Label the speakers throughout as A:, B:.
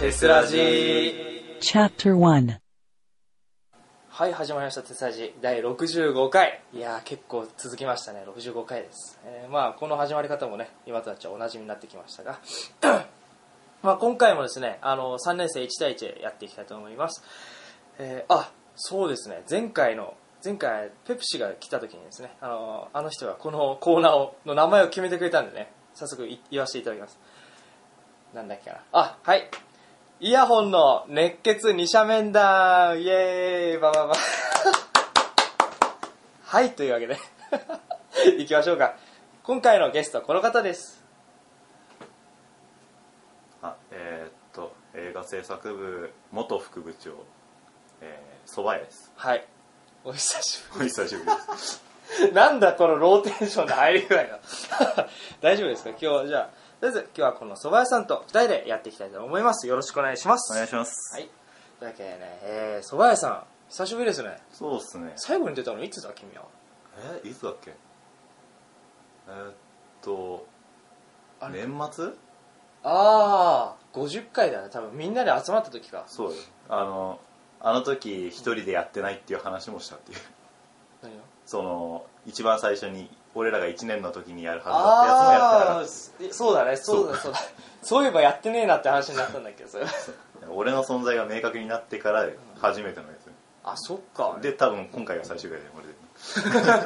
A: テスラジー
B: Chapter 1
A: はい始まりました「テスラジー」第65回いやー結構続きましたね65回です、えーまあこの始まり方もね今となっちゃおなじみになってきましたが まあ今回もですねあの3年生1対1でやっていきたいと思います、えーあそうですね前回の前回ペプシが来た時にですねあのあの人がこのコーナーをの名前を決めてくれたんでね早速い言わせていただきますなんだっけかなあはいイヤホンの熱血二者面談イエーイバ ババはいというわけで いきましょうか今回のゲストはこの方です
C: あえーっと映画制作部元副部長えー蕎麦屋です
A: はいお久し
C: お久しぶりです
A: ぶりなんだこのローテーションの入り具合が 大丈夫ですか今日はじゃあとりあえず今日はこの蕎麦屋さんと二人でやっていきたいと思いますよろしくお願いします
C: お願いします、
A: はいというわけでね、えー、蕎麦屋さん久しぶりですね
C: そうっすね
A: 最後に出たのいつだ君は
C: えーいつだっけえーっと
A: あれ
C: 年末
A: ああ50回だね多分みんなで集まった時か
C: そうよあのあの時一人でやってないっていう話もしたっていう
A: 何が
C: その一番最初に俺らが1年の時にやるはずだったやつもやってなか
A: あ
C: っ
A: あそうだねそうだそうだそういえばやってねえなって話になったんだっけどそれ
C: た俺の存在が明確になってから初めてのや
A: あそっか
C: つで多分今回が最終回で俺で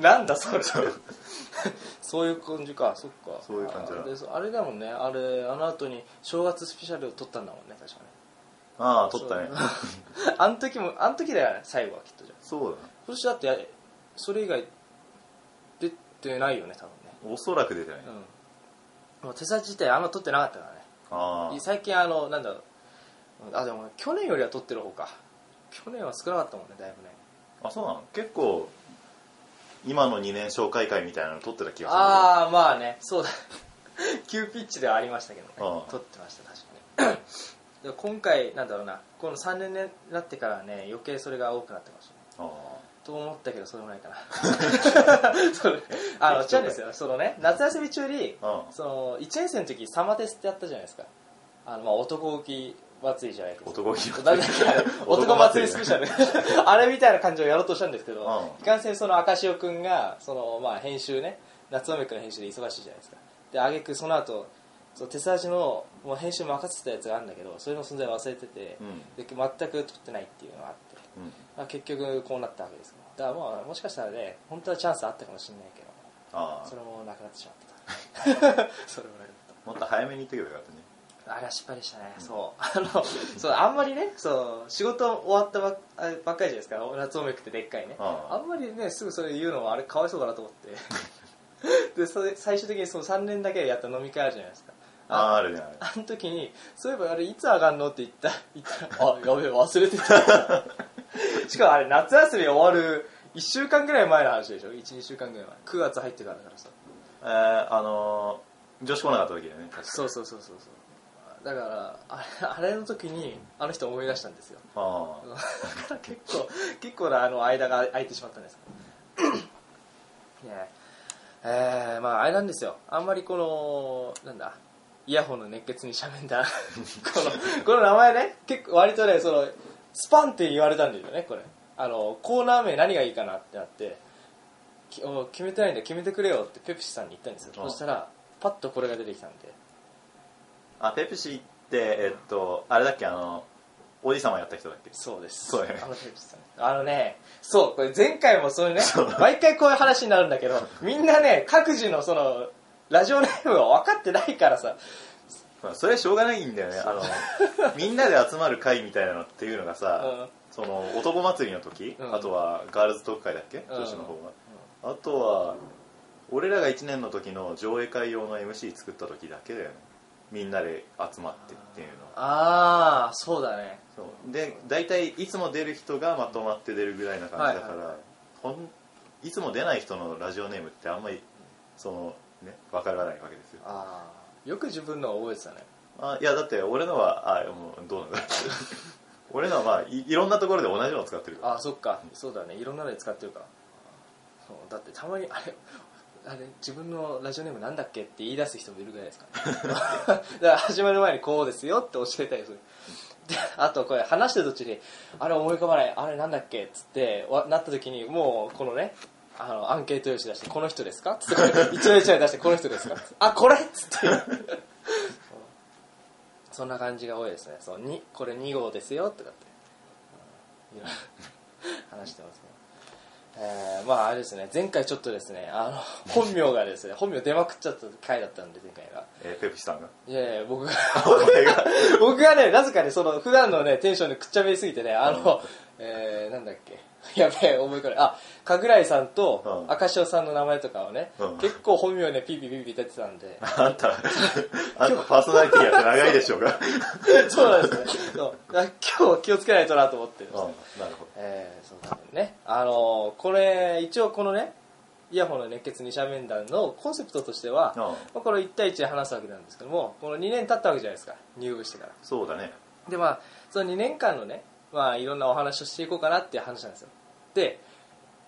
A: なんだそれそういう感じかそっか
C: そういう感じだ
A: あでそうあれだもんねあれあの後に正月スペシャルを撮ったんだもんね確か
C: ああ撮ったね
A: ねあの時もあの時だよね最後はきっとじゃあ
C: そうだ
A: 今年だってやそれ以外出てないよね多分ね
C: おそらく出てない、あ
A: うんもう手先自体あんま撮ってなかったからね
C: あー
A: 最近あのなんだろうあでも去年よりは撮ってる方か去年は少なかったもんねだいぶね
C: あそうなの結構今の2年紹介会みたいなの撮ってた気がする
A: ああまあねそうだ 急ピッチではありましたけどね
C: うん
A: 撮ってました確かにで今回なんだろうなこの3年になってからね余計それが多くなってましたね
C: あ
A: と思ったけどそうでもないかなそうあの違うんですよそのね夏休み中に
C: あ
A: その1年生の時サマテスってやったじゃないですかあの、まあ、男気祭りじゃないですか
C: 男気祭り
A: なんだっけあれ男祭りスペシャル あれみたいな感じをやろうとしたんですけど、
C: う
A: いかんせんその赤潮くんがその、まあ、編集ね夏のめくの編集で忙しいじゃないですかで挙句その後その手差しのもう編集任せてたやつがあるんだけどそれの存在忘れてて、
C: うん
A: で全く撮ってないっていうのがあって、
C: うん
A: まあ、結局こうなったわけですからだからまあもしかしたらね本当はチャンスあったかもしれないけど
C: あ
A: そ
C: ー
A: れもなくなってしまった それもなくなった
C: もっと早めに言ってけばよかったね
A: あれは失敗でしたね、そう あのそうあんまりねそう仕事終わったばっあばっかりじゃないですか夏おめくってでっかいね
C: ああ
A: んまりねすぐそれ言うのはあれかわいそうだなと思って でそれ最終的にその3年だけでやった飲み会あるじゃないですか
C: ああ
A: あ
C: あるねあれ
A: あの時にそういえばあれいつ上がんのって言った言ったらあやべえ忘れてた しかもあれ夏休み終わる1週間ぐらい前の話でしょ12週間ぐらい前9月入ってからだからさ
C: えー、あのー、女子来なかった時だよね確か
A: そうそうそうそうそうだからあれあれの時にあの人思い出したんですよ
C: あ
A: だから結構結構なあの間が空いてしまったんです ねええーまああれなんですよあんまりこのなんだイヤホンの熱血にしゃべんだ このこの名前ね結構割とねそのスパンって言われたんだよねこれあのコーナー名何がいいかなってなってきお決めてないんで決めてくれよってペプシさんに言ったんですよ
C: あ
A: そしたらパッとこれが出てきたんで
C: ああペプシってえっとあれだっけあのおじさまやった人だっけ
A: そうです。
C: そうね
A: あのテレビさんあのね、そう、これ前回もそういうね、毎回こういう話になるんだ けど、みんなね、各自のその、ラジオネームが分かってないからさ、
C: まあそれはしょうがないんだよねあのみんなで集まる会みたいなのっていうのがさ、
A: うん
C: その男祭りの時、
A: うん
C: あとはガールズトーク会だっけ、
A: うん
C: 女子の方が、あとは俺らが1年の時の上映会用の MC 作った時だけだよねみんなで集まってっていうの
A: あー、そうだね。
C: そうで大体いつも出る人がまとまって出るぐらいな感じだか
A: は
C: ら、
A: い
C: い
A: はいはい
C: ほんいつも出ない人のラジオネームってあんまりそのね分からないわけですよ
A: あー、よく自分のを覚えてたね。
C: あいやだって俺のはあもうどうなんだろう 俺のはまあいいろんなところで同じのを使ってるから
A: あー、そっか、そうだね、いろんなので使ってるから。そうだってたまに、あれ、あれ自分のラジオネームなんだっけって言い出す人もいるぐらいですから、だから始まる前にこうですよって教えたりするであとこれ話してる途中にあれ思い浮かばないあれなんだっけっつってわなった時にもうこのねあのアンケート用紙出して「この人ですか?」っつってこれ一応一応出して「この人ですか?」あこれっつってそんな感じが多いですねそうにこれ2号ですよとかってうんいろいろ話してますねえーまああれですね前回ちょっとですねあの本名がですね本名出まくっちゃった回だったんで前回が
C: えーペプシさん が
A: いやいや僕が
C: 俺が
A: 僕がね、なぜかね、その、普段のね、テンションでくっちゃべりすぎてね、あの、えー、なんだっけ。 やべえ、思い浮かない。あ、かぐらいさんと
C: うん
A: 赤潮さんの名前とかをね、
C: うん。
A: 結構本名ね、ピーピーピーピー出てたんで
C: あんたあんたパーソナリティやって長いでしょうが
A: そうなんですね。そうだから今日気をつけないとなと思ってるん
C: う
A: ですね。
C: んなるほ
A: えー、そうですね。あのー、これ、一応このね、イヤホンの熱血二者面談のコンセプトとしては、
C: どうん
A: まあこれ1対1で話すわけなんですけども、この2年経ったわけじゃないですか、入部してから。
C: そうだね
A: でまあその2年間のねまあいろんなお話をしていこうかなっていう話なんですよで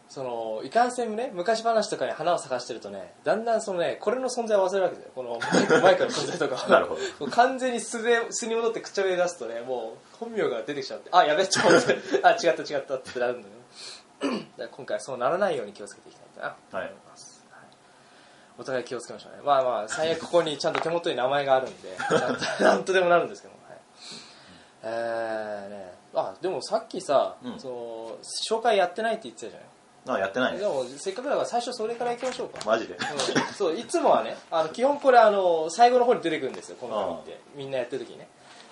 A: そのいかんせんね昔話とかに花を咲かしてるとねだんだんそのねこれの存在を忘れるわけですよこのマイクマイクの存在とかを
C: なるほど
A: もう完全に素で素に戻ってくっちゃべり出すとねもう本名が出てきちゃってあやべっちゃ思ってあ違った違ったってなるんだよねだから今回はそうならないように気をつけていきたいなと思います、はいお互い気をつけましょうねまあまあ最悪ここにちゃんと手元に名前があるん でなんとなんとでもなるんですけども、はいえーねあでもさっきさ、
C: うん
A: その紹介やってないって言ってたじゃない
C: あやってない
A: で
C: ね
A: もせっかくだから最初それからいきましょうか、
C: マジ
A: う
C: で
A: んそういつもはねあの基本これあの最後の方に出てくるんですよこの紙ってみんなやってる時にね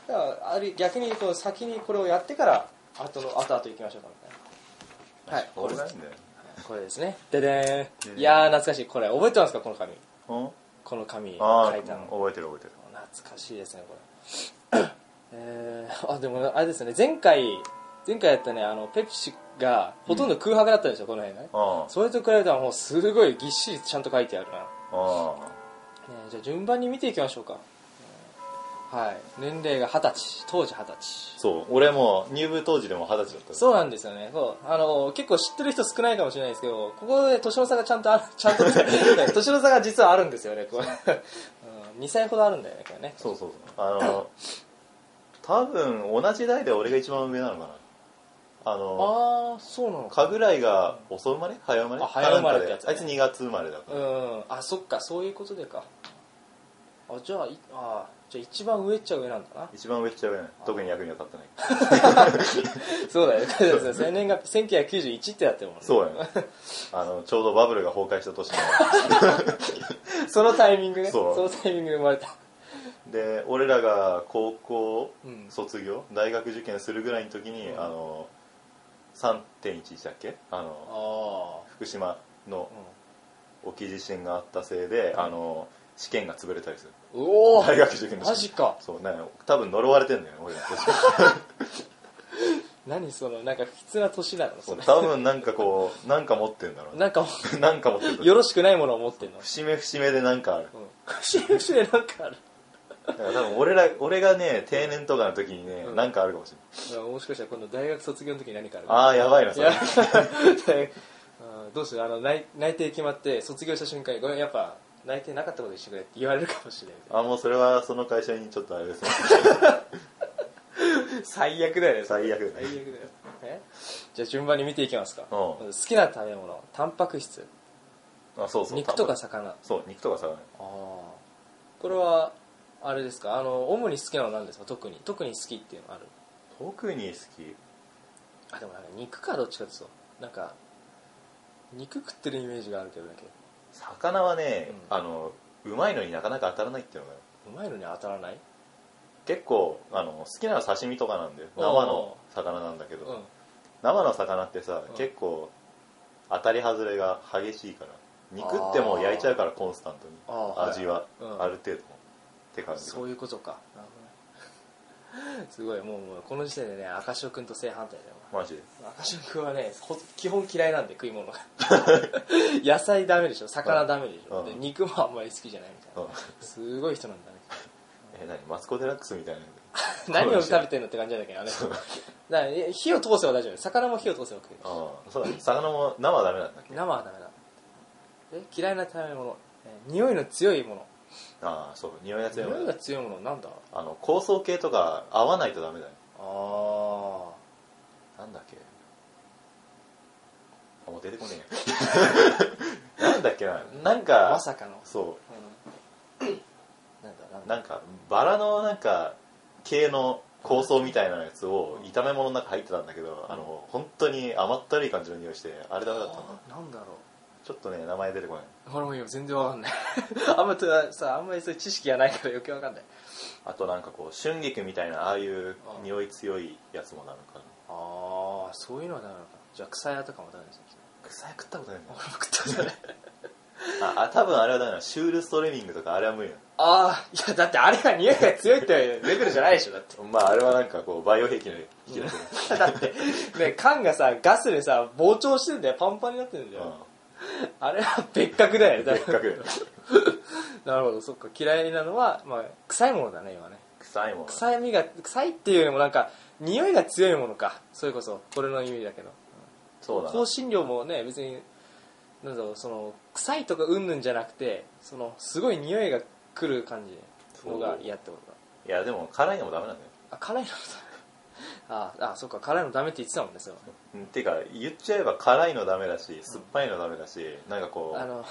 A: だからあれ逆にこう先にこれをやってから後の後々行きましょうかみたいなはいこれ
C: 俺なんだよ
A: これですねでで
C: で
A: ー
C: で
A: ん
C: ん
A: いやー懐かしいこれ覚えてますかこの紙
C: うん
A: この紙書い
C: ああ
A: たの
C: 覚えてる覚えてる
A: 懐かしいですねこれ えー、あでもあれですね前回前回やったねあのペプシがほとんど空白だったでしょ、この辺がね
C: あ
A: それと比べたらもうすごいぎっしりちゃんと書いてあるな、ね
C: ああ
A: え、じゃあ順番に見ていきましょうか、えーはい年齢が二十歳当時二十歳
C: そう俺も入部当時でも二十歳だったう
A: そうなんですよねそうあの結構知ってる人少ないかもしれないですけどここで年の差がちゃんとある ちゃんとって年の差が実はあるんですよねこれ、うん、2歳ほどあるんだよねこれね
C: そうそうそうあの多分同じ代で俺が一番上なのかなあの
A: ああそうなのか
C: かぐらいが遅生まれ早生まれ
A: あ早生まれってやつ
C: あいつ2月生まれだから、
A: うんあそっかそういうことでかあじゃあいあじゃあ一番上っちゃ上なんだな
C: 一番上っちゃ上ない特に役には立ってない
A: そうだよね生年が1991ってやってるもんね
C: そう やねあのちょうどバブルが崩壊した年の
A: そのタイミングね
C: そう
A: のタイミングで生まれた
C: で俺らが高校
A: うん
C: 卒業、大学受験するぐらいの時に、
A: うん
C: あの3.11だっけあ
A: あ
C: の
A: あ
C: 福島の
A: う
C: 沖地震があったせいで、あの試験が潰れたりする
A: んおお
C: 大学受験の
A: マ
C: 試
A: ジ
C: 験
A: か
C: そうなんか多分呪われてんだよね俺らの年
A: 何そのなんか普通な年なの
C: そ
A: そうれ
C: 多分なんかこうなんか持ってんだろうね
A: なんかも
C: なんか持ってる
A: うよろしくないものを持ってんの
C: 節目節目でなんかある
A: うん 節目節目なんかある
C: だから多分俺ら俺がね定年とかの時にね、
A: うん
C: なんかあるかもしれない
A: だからもしかしたら今度大学卒業の時に何かある
C: ああやばいないそれ
A: やうん どうするあの内内定決まって卒業した瞬間にごめんやっぱ内定なかったことにしてくれって言われるかもしれない
C: あもうそれはその会社にちょっとあれですね
A: 最悪だよね
C: 最悪だ
A: 最悪
C: ね
A: だよえじゃあ順番に見ていきますか、
C: うん
A: 好きな食べ物タンパク質
C: あそうそう
A: 肉とか
C: さ
A: 魚あ
C: そう肉とかさ
A: あこれはあれですかあの主に好きなのは何ですか特に特に好きっていうのある
C: 特に好き
A: あでもなんか肉かどっちかってそうなんか肉食ってるイメージがあるけどだけど
C: 魚はね、
A: うん
C: あのうまいのになかなか当たらないっていうのが
A: うまいのに当たらない
C: 結構あの好きなのは刺身とかなんで
A: お
C: 生
A: ー
C: の魚なんだけど、
A: うん
C: 生の魚ってさ、
A: うん
C: 結構当たり外れが激しいから肉ってもう焼いちゃうからコンスタントに
A: あー
C: 味は
A: うん
C: ある程度、って感じ
A: そういうことかなるほどね すごいもうもうこの時点でね赤潮君と正反対だよ
C: マジで
A: 赤潮君はねほ基本嫌いなんで食い物 が野菜ダメでしょ魚ダメでしょ、
C: うん
A: で肉もあんまり好きじゃないみたいな、
C: うん
A: すごい人 なんだね
C: え何マツコ・デラックスみたいな
A: 何を食べてんのって感じなんだけど ねだからえ火を通せば大丈夫魚も火を通せば食える
C: ああそうだね魚も生はダメなんだっけ
A: 生はダメだえ嫌いな食べ物、えー匂いの強いもの
C: ああそう匂いが強いも
A: 匂い
C: の
A: が強いものなんだ
C: あの香草系とか合わないとダメだよ
A: あー
C: なんだっけあもう出てこねえ なんだっけななんか、
A: まさかの、
C: そ
A: うんなんだなん
C: う
A: だ
C: なんかバラのなんか系の香草みたいなやつを炒め物の中入ってたんだけど、あの本当に甘ったるい感じの匂いしてあれダメだったんだ
A: あーなんだろう
C: ちょっとね名前出てこない
A: 俺も今全然わかんない あんまとさあんまりそういう知識がないから余計わかんない
C: あとなんかこう春菊みたいなああいう匂い強いやつもなのかな
A: ああそういうのはダメなのかじゃあ草屋とかもダメですね
C: 草食ったことない
A: 俺も食ったことない
C: なああ多分あれはだめなシュールストレミングとかあれは無理な
A: ああいやだってあれが匂いが強いってレベルじゃないでしょだ って
C: のまああれはなんかこうバイオ兵器の引き 出し
A: だってね缶がさガスでさ膨張してんだよパンパンになってるんだ
C: だ
A: よ、
C: よ、
A: あれは別格だ
C: う
A: よ
C: ん、
A: だ
C: 別
A: から
C: 格
A: なるほどそっか嫌いなのは、まあ、臭いものだね今ね
C: 臭いもん
A: 臭みが臭いっていうよりもなんか匂いが強いものかそれこそこれの意味だけど
C: そうだな
A: 香辛料もね別になんだろうその臭いとかうんぬんじゃなくてそのすごい匂いがくる感じのが嫌ってことだ
C: いやでも辛いのもダメなんだよ
A: あ辛いのもダメああそっか辛いのダメって言ってたもんねそれはね
C: うんてか言っちゃえば辛いのダメだし酸っぱいのダメだし、なんかこ
A: あ
C: う
A: の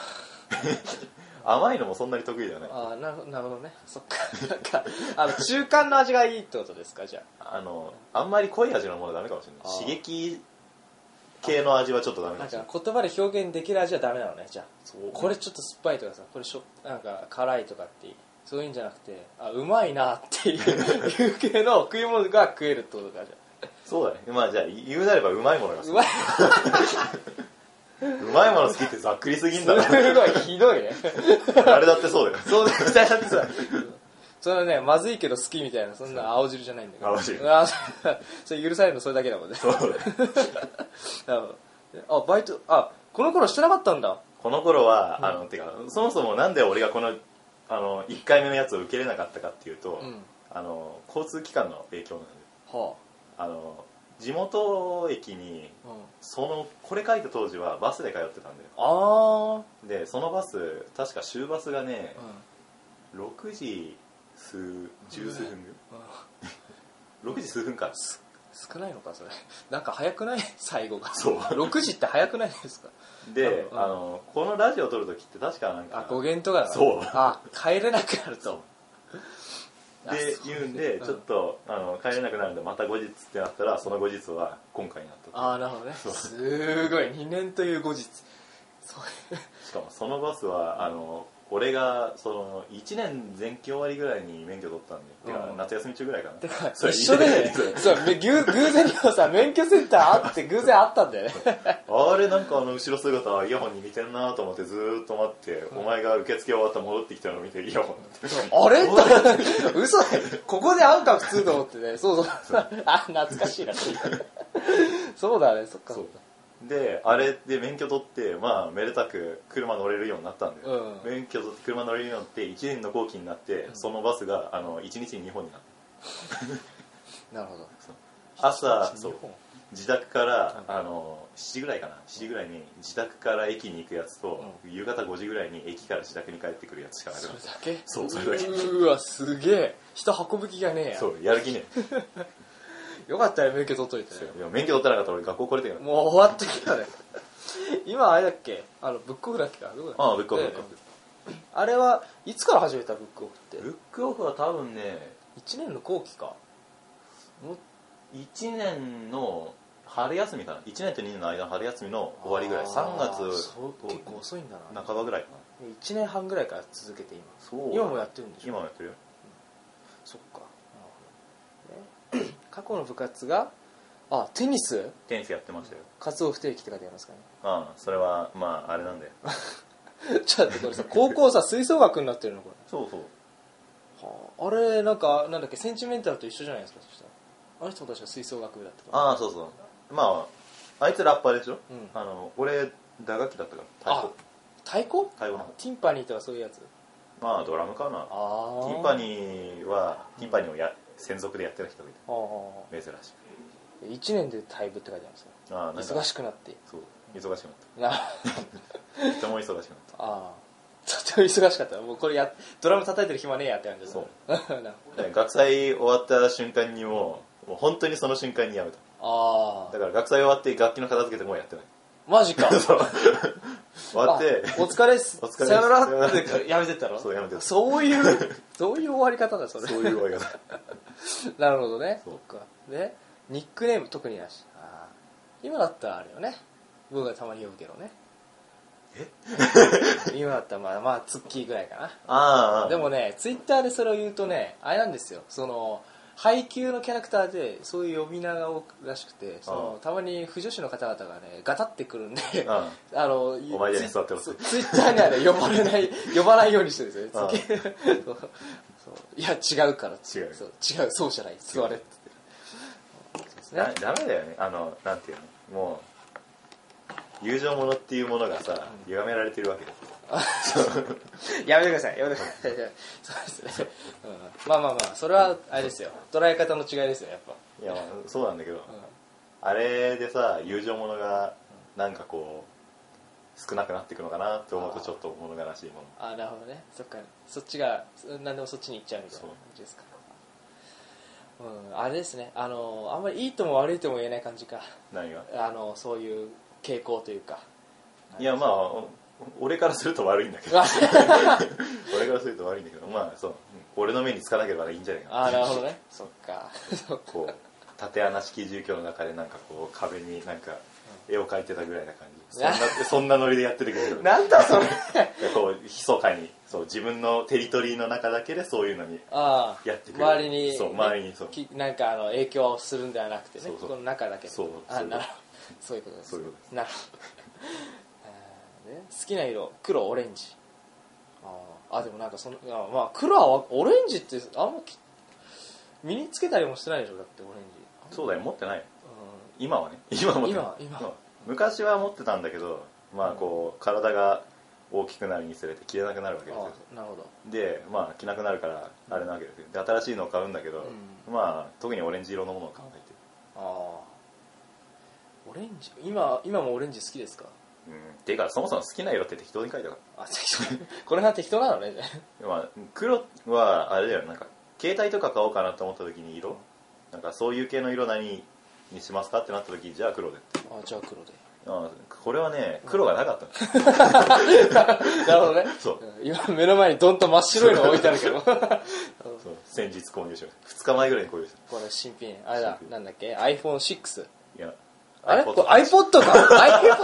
C: 甘いのもそんなに得意だよね
A: あなるほどなるほどねそっかなんかあの中間の味がいいってことですかじゃ
C: あのあんまり濃い味のものダメかもしれ
A: あ
C: ない
A: ー
C: 刺激系の味はちょっとダメ
A: あ
C: か
A: なん
C: もしれな
A: か
C: い
A: 言葉で表現できる味はダメなのねじゃあ
C: そう
A: これちょっと酸っぱいとかさこれしょなんか辛いとかってそういうんじゃなくてあうまいなっていういう系の食い物が食えるってことかじゃあ
C: そうだねまあじゃあ言うなればうまいものが好き
A: うまいう
C: まいもの好きってざっくりすぎんだな
A: すごいひどいね
C: 誰だってそうだよ
A: そうだよだってさそのねまずいけど好きみたいなそんな青汁じゃないんだけど
C: 青汁
A: あそうそれ許されるのそれだけだもんね
C: そうだよ
A: なるほどあバイトあこの頃してなかったんだ
C: この頃は、あのてかそもそもなんで俺がこのあの1回目のやつを受けれなかったかっていうと、
A: うん
C: あの交通機関の影響なんで
A: は
C: あの地元駅に
A: あ、うん、
C: そのこれ書いた当時はバスで通ってたんだよ
A: あ
C: でそのバス確か終バスがね
A: あ、、
C: 6時数十数分
A: うんうん
C: 6時数分か
A: 少ないのかそれなんか早くない最後が
C: そう
A: 6時って早くないですか
C: で、
A: うん
C: あのこのラジオ撮る時って確かなん
A: あ
C: か
A: 語源とかだな
C: そう
A: あ帰れなくなるとあ
C: で
A: そう
C: 言うんで
A: うん
C: ちょっとあの帰れなくなるんでまた後日ってなったらその後日は今回になったと
A: ああなるほどねすごい2年という後日そう
C: しかもそのバスはあの俺がその1年前期終わりぐらいに免許取ったんでてか
A: うん
C: 夏休み中ぐらいかな
A: てか
C: それ
A: 一緒だよね
C: そう
A: そうめ偶偶然にもさ免許センターあって偶然あったんだよね
C: あれなんかあの後ろ姿イヤホンに似てんなと思ってずーっと待ってお前が受付終わったら戻ってきたのを見てイヤホンになって
A: あれと思って 嘘だよここで会うか普通と思ってねそうそう あ懐かしいなそうだねそっか
C: そうであれで免許取ってまあめでたく車乗れるようになったんで、
A: うん
C: 免許取って車乗れるようになって1年の後期になって、そのバスがあの1日に2本になった
A: なるほど
C: 朝
A: 日
C: そう
A: 本
C: 自宅から、あの7時ぐらいかな7時ぐらいに自宅から駅に行くやつと、夕方5時ぐらいに駅から自宅に帰ってくるやつしかなく
A: そ
C: な
A: れ
C: っ
A: だ
C: た
A: け
C: そうそれだけ
A: うーわすげえ人運ぶ気がねえや
C: そうやる気ね
A: よかったよ免許取っといてね
C: いや免許取ってなかったら俺学校来れて
A: も
C: る
A: う終わってきたね今あれだっけあのブックオフだっけかどこだっけ
C: ああブックオフ
A: だ
C: ブ
A: よ
C: ッ
A: ね
C: クオフ
A: あれはいつから始めたブックオフって
C: ブックオフは多分ね
A: 1年の後期かも
C: 1年の春休みかな1年と2年の間の春休みの終わりぐらい
A: あー
C: 3月
A: そう結構遅いんだな
C: 半ばぐらいかな
A: 1年半ぐらいから続けて今
C: そう
A: 今もやってるんでしょ
C: 今もやってるよ
A: そっかなるほどね 過去の部活があテニス
C: テニスやってましたよ
A: 活動不定期って書いてあります かね
C: ああそれはまああれなんだよ
A: ちょっとこれさ高校さ吹奏楽になってるのこれ
C: そうそう
A: はあ、あれなんかなんだっけセンチメンタルと一緒じゃないですかそしたらあの人も確か吹奏楽部だったから
C: ああそうそうまああいつラッパーでしょ、
A: うん
C: あの俺打楽器だったから
A: あ
C: 太
A: 太鼓
C: 鼓太鼓の方
A: ティンパニーとかそういうやつ
C: まあドラムかな
A: ああ
C: ティンパ
A: ー
C: ニーはティンパニーをや専属でやってた人がい
A: ああ
C: た珍しい
A: 1年で退部って書いてありますよ
C: ああなんか
A: 忙しくなって
C: そう忙しくなっ
A: な
C: とっても忙しくなっ
A: ああとても忙しかったもうこれやドラム叩いてる暇ねえやって感じだ
C: そう
A: な
C: たで学祭終わった瞬間にもうもう本当にその瞬間にやめた
A: ああ
C: だから学祭終わって楽器の片付けてもうや ってない
A: マジか
C: そう終わって
A: あお疲れっす
C: お疲れっす
A: さよならってやめてったろ
C: そうやめてた
A: そういうそういう終わり方だそれ
C: そういう終わり方
A: なるほどね
C: そう
A: そっかでニックネーム特になしあー今だったらあれよね僕がたまに呼ぶけどねえ 今だったらまあまあツッキーぐらいかな
C: ああ
A: でもね、ツイッターでそれを言うとね、あれなんですよ、その、配給のキャラクターで、そういう呼び名が多くらしくて、その、たまに不女子の方々がね、ガタってくるんで、あ
C: あ
A: の、お
C: 前らに座ってろって
A: ツイッターにはね、呼ばれない、 呼ばないようにしてるんですよ
C: あ
A: ね、次そうそういや、違うから、
C: 違う
A: そう違う、そうじゃない、座れって言って。そうです
C: だ
A: ね。
C: ダメだよねあのなんていうのもう友情ものっていうものがさ歪められてるわけですよ
A: やめてください、やめてください。 そうですね。うん、まあまあまあ、それは、あれですよ、捉え方の違いですよ、やっぱ。
C: いやまあそうなんだけど、
A: うん
C: あれでさ友情ものがなんかこう少なくなっていくのかなって思うとちょっと物悲しいもの
A: あなるほどねそっかそっちがうん何でもそっちに行っちゃうみたいな感じですかうんあれですねあのあんまりいいとも悪いとも言えない感じか
C: 何が
A: あのそういう傾向という か
C: いやまあお俺からすると悪いんだけ
A: う
C: ど
A: わ
C: 俺からすると悪いんだけどまあそううん俺の目につかなければいいんじゃないか
A: あな
C: な
A: るほどねそっかそっか
C: こう縦穴式住居の中でなんかこう壁になんか絵を描いてたぐらいな感 じそんなそんなノリでやってるけど
A: なんだそれ
C: こう密かにそう自分のテリトリーの中だけでそういうのに
A: ああ
C: やってくる
A: 周りに
C: そう周りにそう
A: きなんかあの影響をするんではなくてね
C: そうそう
A: この中だけで
C: そう
A: あ
C: そういうこと
A: なるほどそういうことです
C: そういうことで
A: なるほどあーね好きな色黒オレンジあーあでもなんかそのあまあ黒はオレンジってあんまき身につけたりもしてないでしょだってオレンジ
C: そうだよ持ってないよ
A: う
C: 今はね 今は持ってない
A: 今今
C: うん昔は持ってたんだけどまあこう体が大きくなるにつれて着れなくなるわけです
A: んあ
C: よ
A: ーなるほど
C: でまあ着なくなるからあれなわけですよで新しいのを買うんだけど、まあ特にオレンジ色のものを買わない
A: あ
C: と
A: あオレンジ今今もオレンジ好きですか
C: うんていうかそもそも好きな色って適当に書いてある
A: あ適当 これが適当なのねじゃあ
C: まあ、黒はあれだよなんか携帯とか買おうかなと思った時に色なんかそういう系の色何にしますかってなった時じゃあ黒でって
A: あーじゃあ黒で
C: あこれはね黒がなかったの
A: なるほどね。
C: そうん
A: 今目の前にどんと真っ白いのが置いてあるけど。 こ
C: そう先日購入しました2日前ぐらいに購入し
A: れ新品。あれだ
C: 新、品
A: なんだっけ ?iPhone6。
C: たいや
A: あれ
C: iPod
A: これ iPod か ?iPod?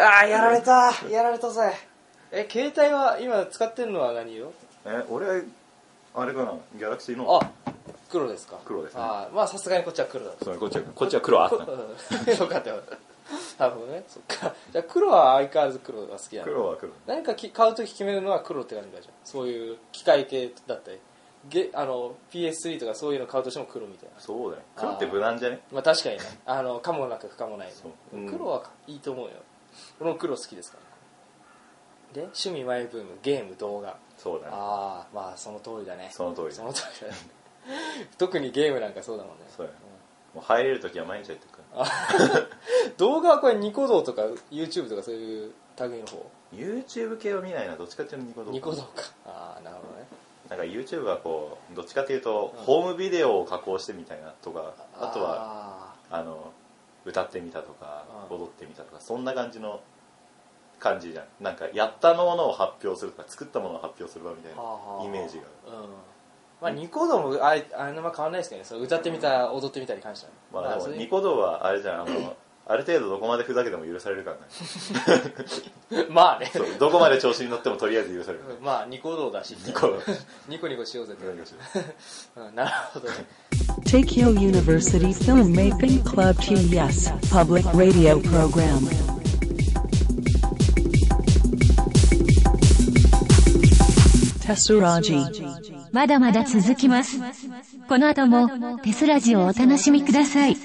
A: ああ、やられた。やられたぜ。え、携帯は今使ってるのは何色
C: え俺あれかなギャラクシーの
A: あ、黒ですか
C: 黒ですね
A: あーまあさすがにこっちは黒だ。
C: そうこっちはこっちは黒あったの
A: うんよかったよかった。なるほどね。そっか。じゃあ黒は相変わらず黒が好きなの
C: 黒は黒
A: 何かき買うとき決めるのは黒って感じだじゃんそういう機械系だったりゲあの PS3 とかそういうの買うとしても黒みたいな
C: そうだよ黒って無難じゃね
A: まあ確かにねあの可もなく不可もない、
C: そううん
A: 黒はいいと思うよ俺も黒好きですからで趣味マイブームゲーム動画
C: そうだね
A: ああまあその通りだね
C: その通りだ
A: その通りだね 特にゲームなんかそうだもんね
C: そうだよもう入れる時は毎日入ってるから
A: 動画はこれニコ動とか YouTube とかそういう類の方
C: YouTube 系を見ないなどっちかっていうとニコ動
A: ニコ動かああなるほどね
C: なんか YouTube はこうどっちかというとホームビデオを加工してみたいなとかあとは
A: は
C: あの歌ってみたとか
A: うん
C: 踊ってみたとかそんな感じの感じじゃんなんかやったものを発表するとか作ったものを発表する場みたいなイメージが
A: ある、うんまあ、ニコ動もあれあれのまま変わらないですけどねその歌ってみた、踊ってみたに関しては、
C: まあで
A: そ
C: も
A: れ
C: ニコ動はあれじゃんあのある程度どこまでふざけても許されるからね
A: まあね
C: そうどこまで調子に乗ってもとりあえず許される
A: うんまあニコ動だし
C: ニコ動
A: ニコニコしようぜって、
C: 何がし ろ
A: うん、なるほどね
B: Tokyo University Filmmaking Club TES Public Radio Program. Tesseraji.
D: まだまだ続きます。この後もテスラジをお楽しみください。